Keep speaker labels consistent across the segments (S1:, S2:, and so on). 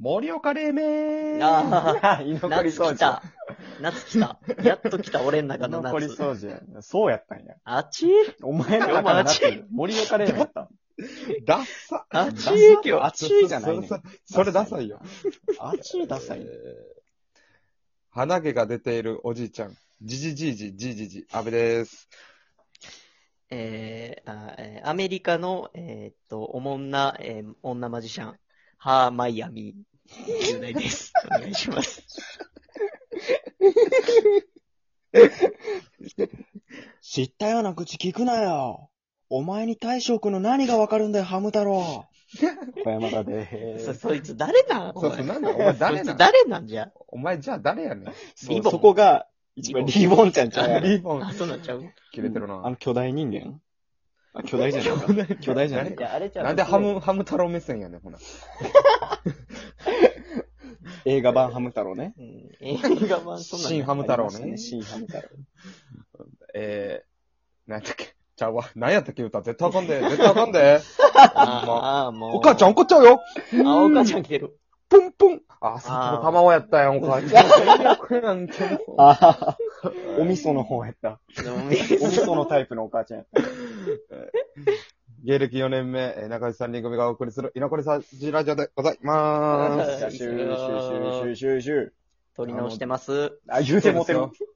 S1: 盛岡冷麺
S2: ああ、
S1: 居残り
S2: 夏
S1: 掃除
S2: 来た。。夏来た。やっと来た、俺の中
S1: 居
S2: の
S1: 残り
S2: 夏。
S1: 掃除や。そうやったんや。
S2: あっち
S1: お前の中の夏、盛岡冷麺やったん。ダッサ。
S2: あっち
S1: ダサ
S2: 今日
S1: あっちじゃないねん
S2: そ
S1: それダサいよ。あっ
S2: ちダサい
S1: えー鼻毛が出ているおじいちゃん。じじじいじ、じじじ、安倍です。
S2: えーあえーアメリカの、えーっと、おもんな、えー女マジシャン、ハーマイアミ、10 代です。お願いします。
S3: 知ったような口聞くなよ。お前に大将君の何がわかるんだよ、ハム太郎。小山田で
S2: そ、。そいつ誰なんお
S1: そう
S2: 前
S1: そう、なんだ、お前誰
S2: そ
S1: ない
S2: つ
S1: ん
S2: 誰なんじゃ
S1: お前じゃあ誰やねん。
S2: リボン
S3: そこが、一番リボンちゃんちゃうやろ
S1: リボン
S2: あ、、そうなんちゃう
S1: 切れてる
S3: あ
S1: な。
S3: の巨大人間あ、巨大じゃない か。巨大じゃない
S1: い
S3: か。
S1: や
S2: あれち
S1: なんでハム、ハム太郎目線やねん、ほな。
S3: 映画版ハム太郎ね。
S2: うん、映画版そんなん
S1: 新ハム太郎ね。
S3: 新ハム太郎。
S1: えー、なんやったっけ。ちゃうわ。なんやったっけ歌絶対あかんで。絶対あかん で。
S2: ああ、もう。
S1: お母ちゃん怒っちゃうよ。
S2: あ、お母ちゃん来てる。
S1: プンプン。あ、さっきの卵やったやん、お母ちゃん。最悪なん てもう
S3: あお味噌の方やった。お味噌のタイプのお母ちゃんやった。
S1: 芸歴4年目、えー中内三人組がお送りする、居残りさじラジオでございまーす。
S3: シュシュシュシュシュシュ
S2: 撮り直してます。
S3: あ、言うてもうて
S2: 撮り
S3: る。
S2: 直して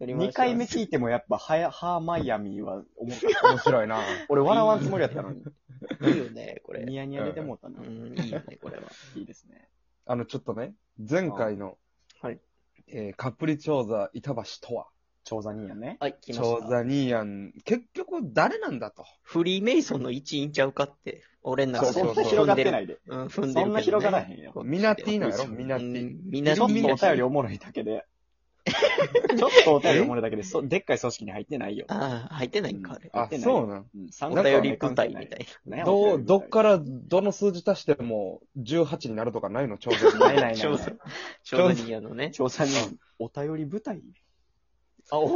S3: 二
S2: ます
S3: 回目聞いてもやっぱ、はや、ハーマイアミは思った。
S1: 面白い な。
S3: 俺笑わんつもりやったのに。
S2: いいよね、これ。
S3: ニヤニヤ出てもうたな
S2: う。ん、いいよね、これは。
S3: いいですね。
S1: あの、ちょっとね、前回の、
S2: はい。
S1: えーカプリ調査板橋とは、
S3: 調査人やね。
S2: はい、来ま
S1: 調
S2: した。
S1: 査ニーヤン、結局誰なんだと。
S2: フリーメイソンの一員ちゃうかって、俺の
S1: そ
S2: 中
S1: う
S2: で
S1: そうんそ
S3: そ
S1: う
S3: な広がってないで。
S2: うん、踏んでるけど、ね。
S3: そんな広がらへんよ。
S1: ミナティなんやろミナ
S2: う
S1: ティ。
S2: ん、みんな
S3: ちょっとお便り
S2: を。
S3: おもろいだけで。ちょっとお便りおもろいだけで、そでっかい組織に入ってないよ。
S2: ああ、入ってないんか、あれ。
S1: あ
S3: 入っ、てない
S1: そうなん。
S3: うん、
S2: お
S3: 参加
S2: 便り部隊みたい
S3: な
S1: どう、どっからら、どの数字足しても、18になるとかないの調査
S3: な い
S1: ニ
S3: な
S2: な。
S3: いない
S2: 調
S3: な
S2: 査
S3: い。、
S2: 調査人やのね。
S3: 調査人、お便り部隊
S2: あ、おー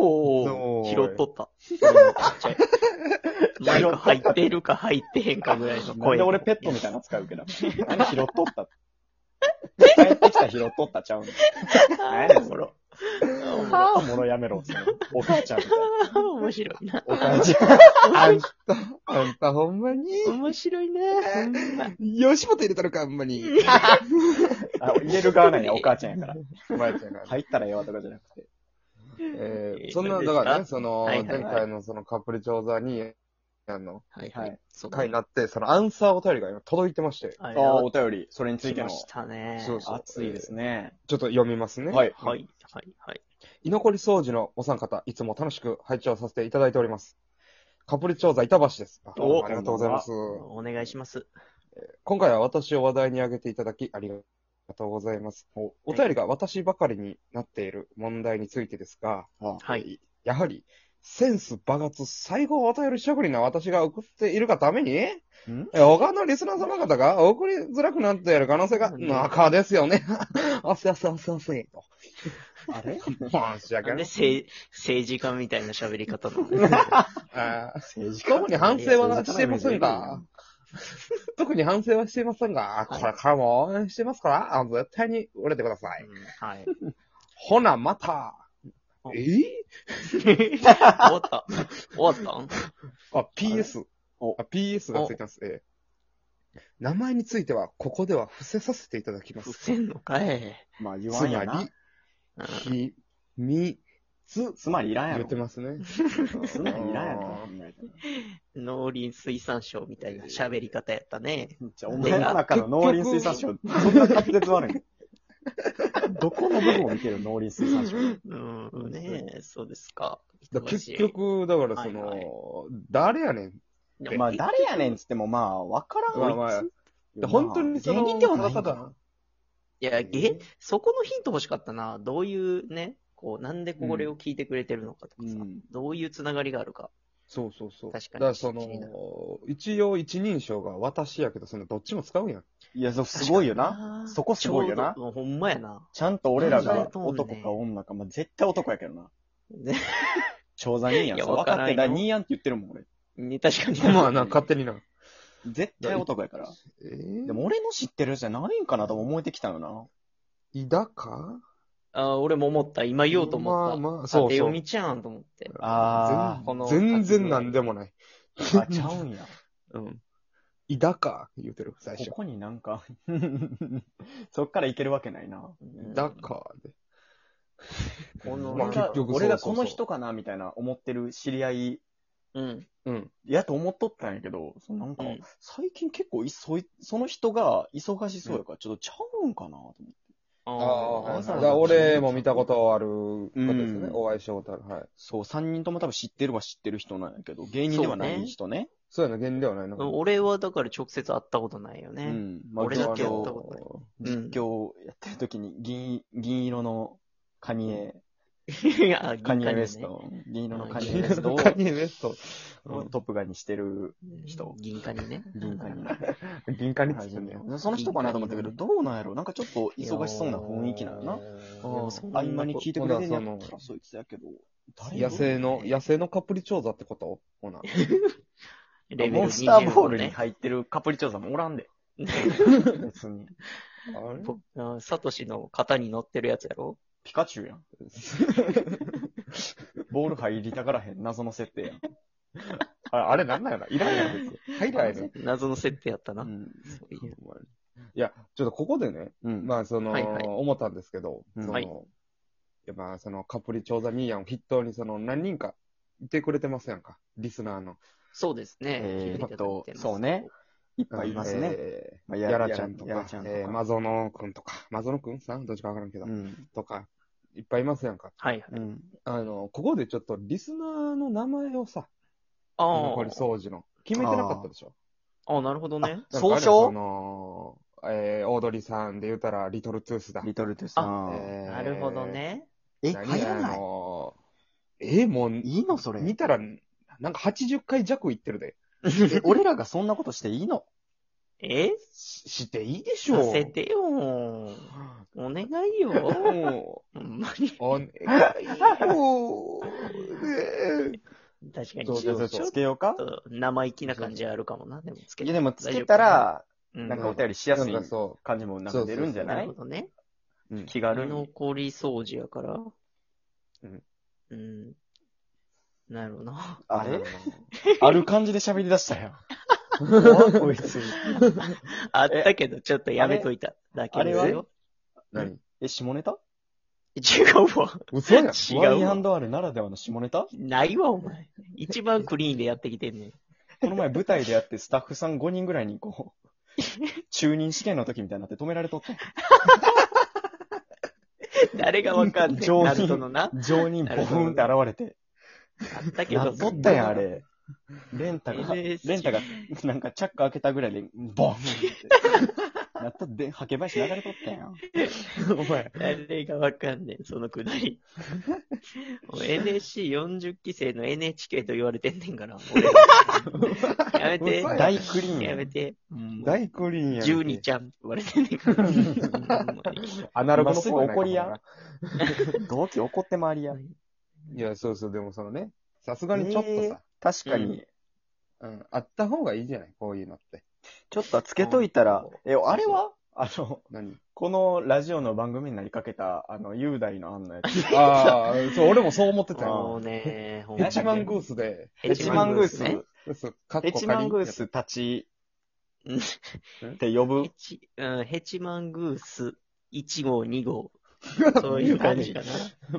S2: おー、
S1: そう
S2: 拾っとった。マイク入ってるか入ってへんかぐらいの
S3: な
S2: 声。
S3: んで俺ペットみたいなの使うけど。あれ拾っとった。帰ってきた拾っとったちゃうの。何やねん
S2: お
S3: そ
S2: も
S3: れ。
S2: ろ。
S3: はぁ、おもろやめろ。それお母ちゃんみたいな。
S2: 面白いな。
S3: お母ちゃん。
S1: あんた、あんたほんまに。
S2: 面白いね。ほん ま
S1: 吉本入れたのか、あんまに。
S3: あ入れる側なんや、お母ちゃんやから。
S1: お前ちゃんが。
S3: 入ったらええわとかじゃなくて。
S1: えー
S2: えー
S1: そんな、
S2: 何で
S1: だ
S2: すか
S1: からね、その、
S2: はい
S1: 前
S2: はいはい
S1: 回のそのカップル調査に、あの、
S2: はいは
S3: はいい。
S2: そうだ
S1: 回になって、そのアンサーお便りが今届いてまして、
S2: あ
S3: あ
S2: れ
S3: あ、
S2: は
S3: お便り、それについ
S2: 来
S3: て
S2: ま
S3: の。
S2: したね。
S1: そうそう
S3: 熱いですね。
S1: ちょっと読みますね。
S3: はい。
S2: は。い、はい、はい。
S1: 居残り掃除のお三方、いつも楽しく拝聴させていただいております。カプリ調査板橋です。あ
S2: お
S1: ありがとうございます。
S2: お願いします。
S1: 今回は私を話題に挙げていただき、ありがとうございます。おお便りが私ばかりになっている問題についてですが、
S3: あ
S2: はい。
S1: やはり、センス爆発最高お便り職人な私が送っているがために、
S3: ん
S1: え他のリスナー様方が送りづらくなっている可能性が、
S2: うん
S1: 中ですよね。 あすあすあすあすいと。
S3: あれ
S1: 申し訳
S2: なん
S1: ない。
S2: で政政治家みたいな喋り方 なの
S1: あー
S3: 政治家
S1: 特に反省はしていませんが、特に反省はしていませんが、
S2: はい
S1: これからも応援してますから、あの絶対に売れてください。
S2: うんはい。
S1: ほな、また。
S2: あ
S1: えー
S2: 終わった。終わっ
S1: あ、PS。
S3: お
S1: あ PS がついてます。えー名前については、ここでは伏せさせていただき
S2: た
S1: ま
S2: ん伏
S1: す。
S2: せんのかい。
S3: まあ言わ
S1: つ
S3: ん
S1: ま
S3: や
S1: り
S3: な。、
S2: うん
S1: ひ、み、つ、
S3: つまりいらんや
S1: 言って
S3: ろ。
S1: ます ね。
S3: つまりいらんやろ。
S2: 農林水産省みたいな喋り方やったね。
S3: じゃあ、お前の中の農林水産省、 そんな滑舌悪いのどこの部分を見てる農林水産省。
S2: うん、ねえそうですか。
S1: だから結局、だからその、
S2: はいはい
S1: 誰やねん。
S2: 忙しい、
S3: まあ誰やねんっつってもまあ、わからん
S1: まあ
S3: わ。
S1: まあ
S3: いつ
S1: 本当にその、
S3: 芸人ではないん
S1: た
S3: だ
S1: だ
S3: な。
S2: いや、え、そこのヒント欲しかったな。どういうね、こう、なんでこれを聞いてくれてるのかとかさ、
S3: うん
S2: どういうつながりがあるか。
S1: そうそうそう。
S2: 確か
S1: だ
S2: に
S1: からその
S2: 気になる、
S1: 一応一人称が私やけど、そのどっちも使うや ん。
S3: いや、そうすごいよな。そこすごいよな
S2: ちょうどほんまやな。
S3: ちゃんと俺らが男か女か、まあ絶対男やけどな。
S2: ね、
S3: 調査人やん。
S2: いや
S3: そう分かって
S2: わからんよ
S3: だから、ニーヤンって言ってるもん、俺。
S2: ね確かに。
S1: まあな、勝手にな。
S3: 絶対男やから。
S1: え
S3: でも俺の知ってるやつじゃないんかなとも思えてきたよな。
S1: いだか
S2: あー俺も思った。今言おうと思った。
S1: まあまあ、
S2: 縦
S1: そうそ
S2: 読
S1: う。
S2: みちゃうんと思って。
S3: あ
S2: この
S1: 全然なんでもない。
S3: ー、あ、ちゃうんや。
S2: うん。
S1: いだか言うてる、最
S3: こ
S1: 初。
S3: こになんか、 そっからいけるわけないな。
S1: いだかで。
S2: この、
S1: まあ
S3: 俺が
S1: 結局そう
S3: 俺が
S1: そうそ
S3: こ
S1: う
S3: の人かなみたいな思ってる知り合い
S2: うん。
S1: うん。
S3: やと思っとったんやけど、そのなんか
S2: うん、
S3: 最近結構いそい、その人が忙しそうやから、ちょっとちゃうんかなと思って。
S1: あ
S3: ー
S1: あ、
S2: わ
S1: だ
S2: ざ
S1: か
S2: わざ
S1: ら俺も見たことあることですね。
S3: うん
S1: お会いしたことある。はい。
S3: そう、三人とも多分知ってるは知ってる人なんやけど、芸人ではない人ね。
S1: そうやな、原ではないな。
S2: 俺はだから直接会ったことないよ
S3: う
S2: ね。
S3: ん。まあ
S2: 俺
S1: だけ
S3: 実
S1: やった
S2: ことなう
S3: 況、
S2: ん
S3: 実況やってる時に銀、銀色の髪へ、
S2: いや、
S3: カニエ・ウ
S2: で
S3: ェ
S2: す
S3: ス
S2: ね。
S3: ト。銀色のカニエ・ウ
S1: 銀
S3: ェ
S1: 河
S3: スト
S1: の
S3: を
S1: カニエウエスト。
S3: うんトップガンにしてる人
S2: 銀貨にね。
S3: 銀カニ。
S1: 銀河につ
S3: 始
S1: いてん
S3: め
S1: ね
S3: ようその人かなと思ったけど、どうなんやろなんかちょっと忙しそうな雰囲気なのな。
S2: うん
S1: う
S2: そ
S1: ん
S2: んな
S3: 合間に聞いてくれてんや
S1: ほな
S3: った
S1: そ
S3: ら
S1: の
S3: そいつやけど。
S1: 野生の、野生のカプリチョーザってことほな。
S2: レベル
S3: モンスターボール
S2: 25
S3: に
S2: ね。
S3: 入ってるカプリチョーザもお らんで。別に。
S1: あれ
S2: ぼあサトシの型に乗ってるやつやろ
S3: ピカチュウや ん。ボール入りたからへん。謎の設定やん。
S1: あれあれなんなんやろいらんやろ、別に。入らへんやろ
S2: 謎の設定やったな。
S3: うん。
S2: そういう
S1: ほんまにいや、ちょっとここでね、
S3: うん。
S1: まあ、その、
S2: はいはい
S1: 思ったんですけど、
S3: うん
S1: その、
S2: はい
S1: いやまあ、その、カプリチョーザミーヤンを筆頭に、その、何人かいてくれてますやんか、リスナーの。
S2: そうですね。聞いてい
S3: えーっ
S2: ただい
S3: と
S2: て、ます
S3: そうね。。いっぱいいますね。
S1: え
S3: まあ
S1: ーやらちゃんと
S3: やら
S1: か
S3: ちゃ、んと
S1: えー、
S3: か。
S1: マゾノくんとか、マゾノくんさんどっちかわからんけど、
S3: うん。
S1: とか、いっぱいいますやんか。
S2: はいはい。
S3: うん。
S1: あの、ここでちょっとリスナーの名前をさ、
S2: あ
S1: 残り
S2: ー
S1: 掃除の。決めてなかったでしょ
S2: あー、なるほどね。
S1: なんかあれ
S3: 総称
S1: その、えー、オードリーさんで言うたら、リトルトゥースだ。
S3: リトルトゥさん。
S1: えー
S2: なるほど。ね。
S3: え、
S1: 何
S3: 入ら
S1: あ
S3: ない
S1: のえーもう、
S3: いいのそれ。
S1: 見たら、なんか80回弱いってるで。
S3: え 俺らがそんなことしていいの
S2: え
S1: ししていいでしょう。
S2: させてよ。お願いよ。
S1: も
S2: ほんまに。
S1: う、お願いよ。ね
S2: 確かに、ち
S1: そ
S2: ょ
S1: うそうそう
S2: っ
S1: そう
S3: つけようか
S2: と生意気な感じあるかもな。でも、つけ
S3: いやでもつけたら、
S2: うん
S3: なん
S2: な
S3: かお便りし
S1: え
S3: やすい
S1: なんかそ
S3: 感じもなんか出るんじゃな
S2: る
S3: い
S2: ほどね。
S1: う。
S3: 気軽に。
S2: 残り掃除やから。
S1: ん
S2: うん。なるほど。
S3: あれ
S1: うん
S3: ある感じで喋り出した よ。 おいこいつ。
S2: あったけど、ちょっとやめといただけです
S3: あれ
S2: よ。
S1: 何
S3: え、下ネタ
S2: 違うわ。
S1: 嘘やん。
S2: 違うわ
S3: ?Y&R ならではの下ネタ
S2: ないわ、お前。一番クリーンでやってきてんねん。
S3: この前舞台でやってスタッフさん5人ぐらいにこう、中任試験の時みたいになって止められとった。
S2: 誰がわかんね
S3: 上
S2: ん。
S3: 品
S2: ナルトのな。
S3: 常任ボーンって現れて。
S2: あったけ
S3: な
S2: ど。
S3: っとったやん、あれ。レンタが、レ
S2: NSC
S3: ンタが、なんかチャック開けたぐらいで、ボンって。なっとって、はけばし流れとったやん。
S1: お前。
S2: 誰がわかんねん、そのくだり。NSC40 期生の NHK と言われてんねんから。俺やめて
S1: 嘘。や
S3: 大クリーンや
S2: やめ
S3: ん。
S2: て。
S1: 大クリーンやんけ。
S2: 12ちゃんって言われてんねんから。ほんまに
S1: アナログの
S3: 今す
S1: 声な
S3: ぐ
S1: いかも
S3: 怒りや
S1: な。
S3: 同期怒って回りや。
S1: いや、そうそう、でもそのね、さすがにちょっと
S3: えー
S1: さ、
S3: 確かに、
S1: うん、あった方がいいじゃないこういうのって。
S3: ちょっとはつけといたら、え、あれはあの、
S1: 何
S3: このラジオの番組になりかけた、あの、雄大のあんのやつ。
S1: ああ、そう、俺もそう思ってた
S2: も
S1: よ。
S2: うね、ほんま
S1: ヘ
S2: に
S1: チマングースで。
S3: ヘ
S2: ヘ
S3: チ
S2: チ
S3: マ
S2: マ
S3: ン
S2: ン
S3: グ
S2: グ
S3: ー
S2: ー
S3: ス
S2: スね。
S1: そうかっこ
S3: ヘチマングースたちって呼ぶ
S2: ヘ。チ、うん、ヘチマングース1号、2号。
S1: 仮
S2: そういう感じか な。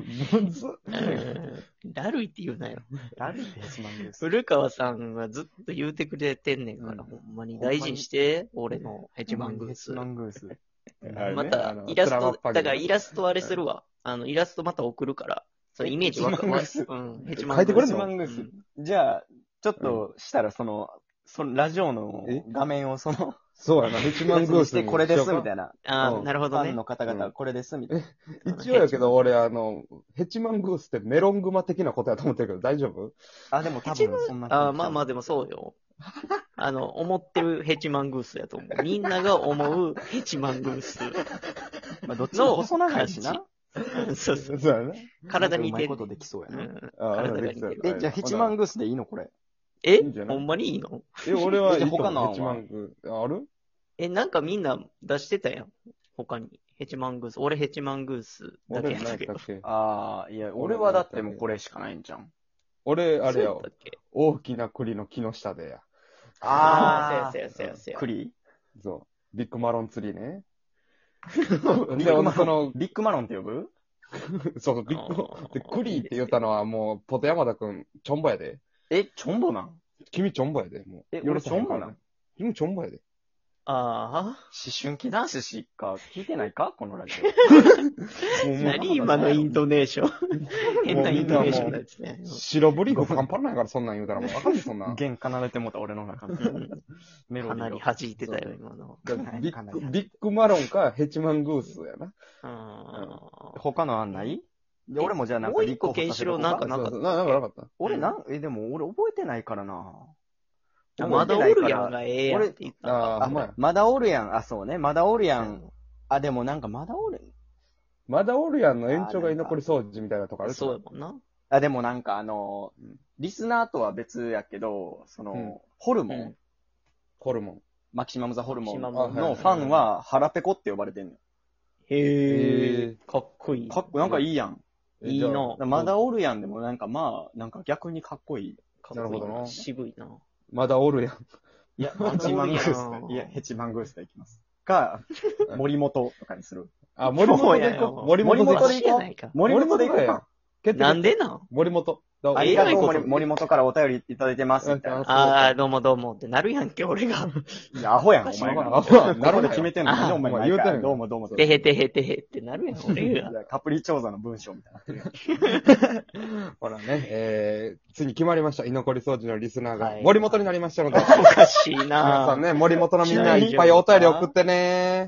S1: むずっ
S2: うんだるいって言うなよ。
S3: 誰ヘチマングース。
S2: 古川さんがずっと言うてくれてんねんから、
S3: うん
S2: ほんまに大事にして、俺のヘチマングー
S3: ヘチ
S2: ス。
S3: マングース。
S1: あれね
S2: ま
S1: あ
S2: た
S1: の、
S2: イラス
S1: クラマッ
S2: ト、
S1: パ
S2: だ
S1: ゲ
S2: からイラストあれするわ。あの、イラストまた送るから。そのイメージわか
S3: ヘチマングース
S2: うん、ヘチマン
S1: 書
S2: グー
S1: いてくれ
S2: ス。
S1: ん
S3: ヘチ
S1: の
S3: マングースじゃあ、ちょっとしたらその、そのラジオの
S1: え
S3: 画面をその、
S1: そうや な、ヘチマングース。
S3: してこれですみた
S1: い
S3: いな。
S2: あ
S1: う
S2: あ、
S1: ん
S2: なるほ
S3: フ
S2: ど
S3: ァ
S2: ね
S3: ン。の方々はこれですみたいな。
S1: 一応やけど、俺、あの、ヘチマングースってメロングマ的なことやと思ってるけど、大丈夫
S3: あ、でも多分そんな
S2: ああ、まあまあ
S3: あ。
S2: でもそうよ。あの、思ってるヘチマングースやと思う。みんなが思うヘチマングー ス。
S3: まあどっちも細長いし
S2: の
S3: な。
S2: そうそう。
S1: そうやな。
S2: 体に
S3: う
S2: 似
S3: ま
S2: てる
S3: いこと。できそうや
S2: う
S3: な。
S2: ん
S1: ああ
S2: 体が似てる
S1: できたよ
S3: え、じゃあヘチマングースでいいのこれ。
S2: え
S1: いいんじゃない
S2: ほんまにいいの
S1: え、俺はいいと
S3: じゃあ他
S1: 思
S3: のは
S1: う。ヘチマング。ある
S2: え、なんかみんな出してたやん。他に。ヘチマングース。俺ヘチマングースだけ
S1: 俺
S2: やっ
S1: 何や
S2: た
S1: っ
S2: け
S1: た
S2: ど
S1: っ。け
S3: ああ、いや、俺はだってもうこれしかないんじゃん。
S1: 俺、あれや
S2: そう
S1: わ
S2: だ。っけ
S1: 大きな栗の木の下でや。
S2: あー
S3: ー
S2: そうやそうやそうや
S3: 栗
S1: そう。ビッグマロンツリーね。
S3: ビッグマ
S1: そ
S3: ロン
S1: の、
S3: ビッグマロンって呼ぶ
S1: そうそう、ビッグマ
S2: あ
S1: ロン。
S2: ー
S1: で、栗って言ったのはもう、ポテ山田くん、ちょんぼやで。
S3: え、チョンボなん
S1: 君ちょんぼやで、もう。
S3: え俺ちょん
S1: 許さ
S3: ぼなん
S1: へからね君ちょんぼやで。
S2: あ
S3: 思春期男子しか聞いてないかこのラジ
S1: もう
S2: あ。
S1: もう
S2: 何今のイントネーション。変なイントネーションだやつね。
S1: 白ぶりご飯パンないから、そんなん言うたらもうあかんで、そんな
S3: オ。
S1: ん。
S3: 弦奏でてもうた俺の中のメロ
S2: か
S3: ディ
S2: な
S3: ー
S2: り
S3: を。
S2: 弾いてたよ、今の。
S1: ビッグ、ビッグマロンか、ヘチマングースやな。
S2: うん
S3: 他の案ないで
S2: え
S3: 俺もじゃあなん
S2: も
S3: か
S2: う一
S3: 立
S2: 個
S3: 候補させとこ
S2: ケンシロ
S3: う
S2: ウなんかな
S1: そうそうななんかなかった。
S3: 俺なん、え、でも俺覚えてないからな。
S2: あ。
S3: 覚
S2: ま
S3: えて
S2: だ
S3: な
S2: お
S3: いか
S2: る
S3: ら
S2: やんがええやんって言ったの
S1: あ
S2: か
S1: ーほんまや
S3: まだおるやん。あ、そうね。まだおるや。
S2: うん
S3: あ、でもなんかまだおる。
S1: まだおるやんの延長が居残り掃除みたいなとこある
S2: ん。そうや
S1: う。
S2: もんな。
S3: あ、でもなんかあの
S1: うん、
S3: リスナーとは別やけど、その、
S1: うん
S3: ホル
S2: う
S3: モン、
S2: ん。
S1: ホルモン。
S3: マキシマムザホルモン
S2: マキシマムザ
S3: のファンは腹ペコって呼ばれてんのよ。
S1: へー
S2: かっこいい。
S3: かっこ、なんかいいやん。
S1: え
S2: いい。
S1: じゃあ
S2: な。
S3: まだおるやんでもなんかまあ、なんか逆にかっこいい。
S2: かっこいい
S1: なるほどな
S2: 渋いな。
S1: まだおるやん。、
S3: いや、
S2: まだおるやん
S3: ヘチ マングースで。いや、ヘチマングースでいきます。か森本とかにする。
S1: あ、森本で行こ う。森
S3: もうや
S1: 本
S3: よ
S1: で行こ
S3: 森本で行
S2: や
S3: こう
S2: ないか
S1: う。
S3: 森本でいこうか。
S1: 決定
S2: なんでなん
S1: 森本。だから
S3: ありがと
S2: え
S3: う
S2: らいこと
S3: 森、森本からお便りいただいてます。みたい
S1: あ
S3: な。
S2: ああ、どうもどうもってなるやんけ、俺が。
S3: いや、アホやん、お
S1: お
S3: 前
S1: 前
S3: が。
S1: がアホやんな
S3: なる
S1: る
S3: ほ
S1: ほ
S3: ど、
S1: ど
S3: 決めてんの
S2: あ
S3: ね。お前
S1: お前言
S3: 言う
S1: うた
S3: た
S1: やん
S3: どうもどうも。
S2: てへてへてへってなるやん、俺 が。
S3: カプリ調査の文章みたいな。
S1: ほらね、えー、ついに決まりました。居残り掃除のリスナーが
S2: はい
S1: 森本になりましたので、
S2: おかしいな
S1: 皆さんね、森本のみんないっぱいお便り送ってね